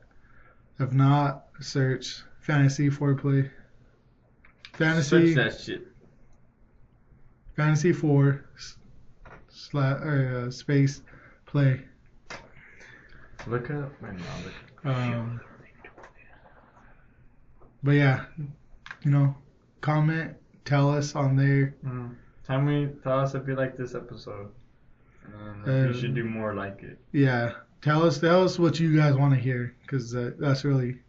S1: If not, search fantasy foreplay. Fantasy
S3: that shit.
S1: fantasy four s- sla, or, uh, space play.
S3: Look up my knowledge.
S1: Um, but yeah, you know, comment, tell us on there.
S3: Mm. Tell me, tell us if you like this episode. And if
S1: Um,
S3: you should do more like it.
S1: Yeah, tell us tell us what you guys want to hear because uh, that's really,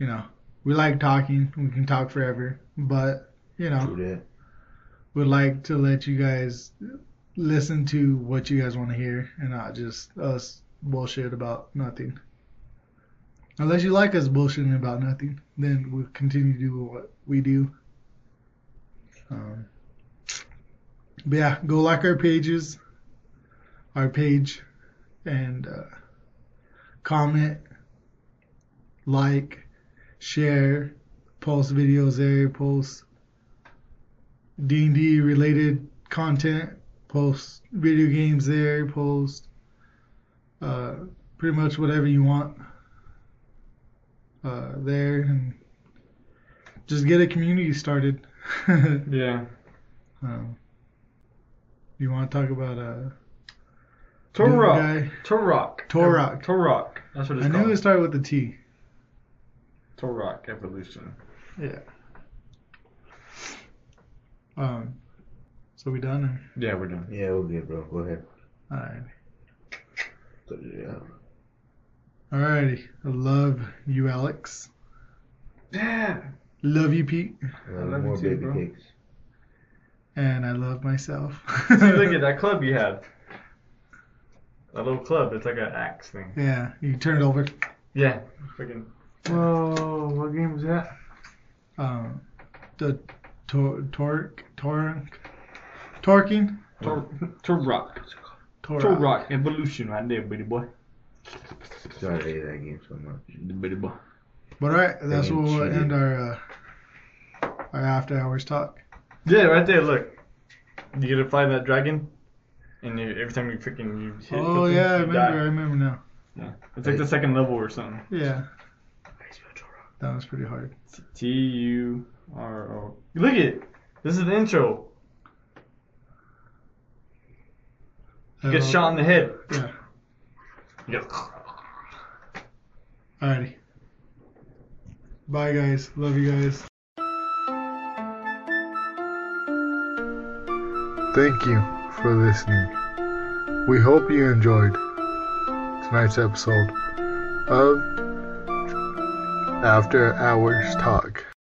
S1: you know, we like talking. We can talk forever, but you know.
S2: True that.
S1: would like to let you guys listen to what you guys want to hear and not just us bullshit about nothing. Unless you like us bullshitting about nothing, then we'll continue to do what we do. Um, but yeah, go like our pages, our page, and uh, comment, like, share, post videos there, post D&D related content, post video games there, post uh, pretty much whatever you want uh, there and just get a community started. *laughs*
S3: Yeah.
S1: um, you want to talk about uh,
S3: Torok.
S1: guy?
S3: Torok.
S1: Torok.
S3: Torok. That's what it's
S1: I
S3: called.
S1: knew it started with a T.
S3: Torok evolution.
S1: Yeah. Um. So we done? Or?
S3: Yeah, we're done.
S2: Yeah, we're good, bro. Go ahead. um,
S1: Alright.
S2: So, yeah.
S1: Alrighty. I love you, Alex.
S3: Yeah.
S1: Love you, Pete.
S2: Uh,
S3: love you
S2: more
S3: too,
S2: baby
S3: bro.
S2: cakes.
S1: And I love myself. *laughs*
S3: See, look at that club you have. A little club. It's like an axe thing.
S1: Yeah, you turn it over.
S3: Yeah. Freaking. Whoa! What game was that?
S1: Um, the tor- torque, torque, torquing,
S3: Tor- Turok.
S1: torque.
S3: Turok Evolution right there, buddy boy.
S2: Sorry, I hate that game so much.
S3: Buddy boy.
S1: But all right, that's
S2: Damn
S1: where we'll
S2: cheating.
S1: end our uh, our after hours talk.
S3: Yeah, right there. Look. You get to fly that dragon, and you, every time you freaking you hit.
S1: oh
S3: something,
S1: yeah, I
S3: you
S1: remember.
S3: die.
S1: I remember now.
S3: It's like the second level or something.
S1: Yeah, that was pretty hard.
S3: T U R O. Look at it. This is the intro. You get
S1: Uh,
S3: shot in the head.
S1: Yeah.
S3: You
S1: Alrighty. Bye guys. Love you guys. Thank you for listening. We hope you enjoyed tonight's episode of After Hours Talk.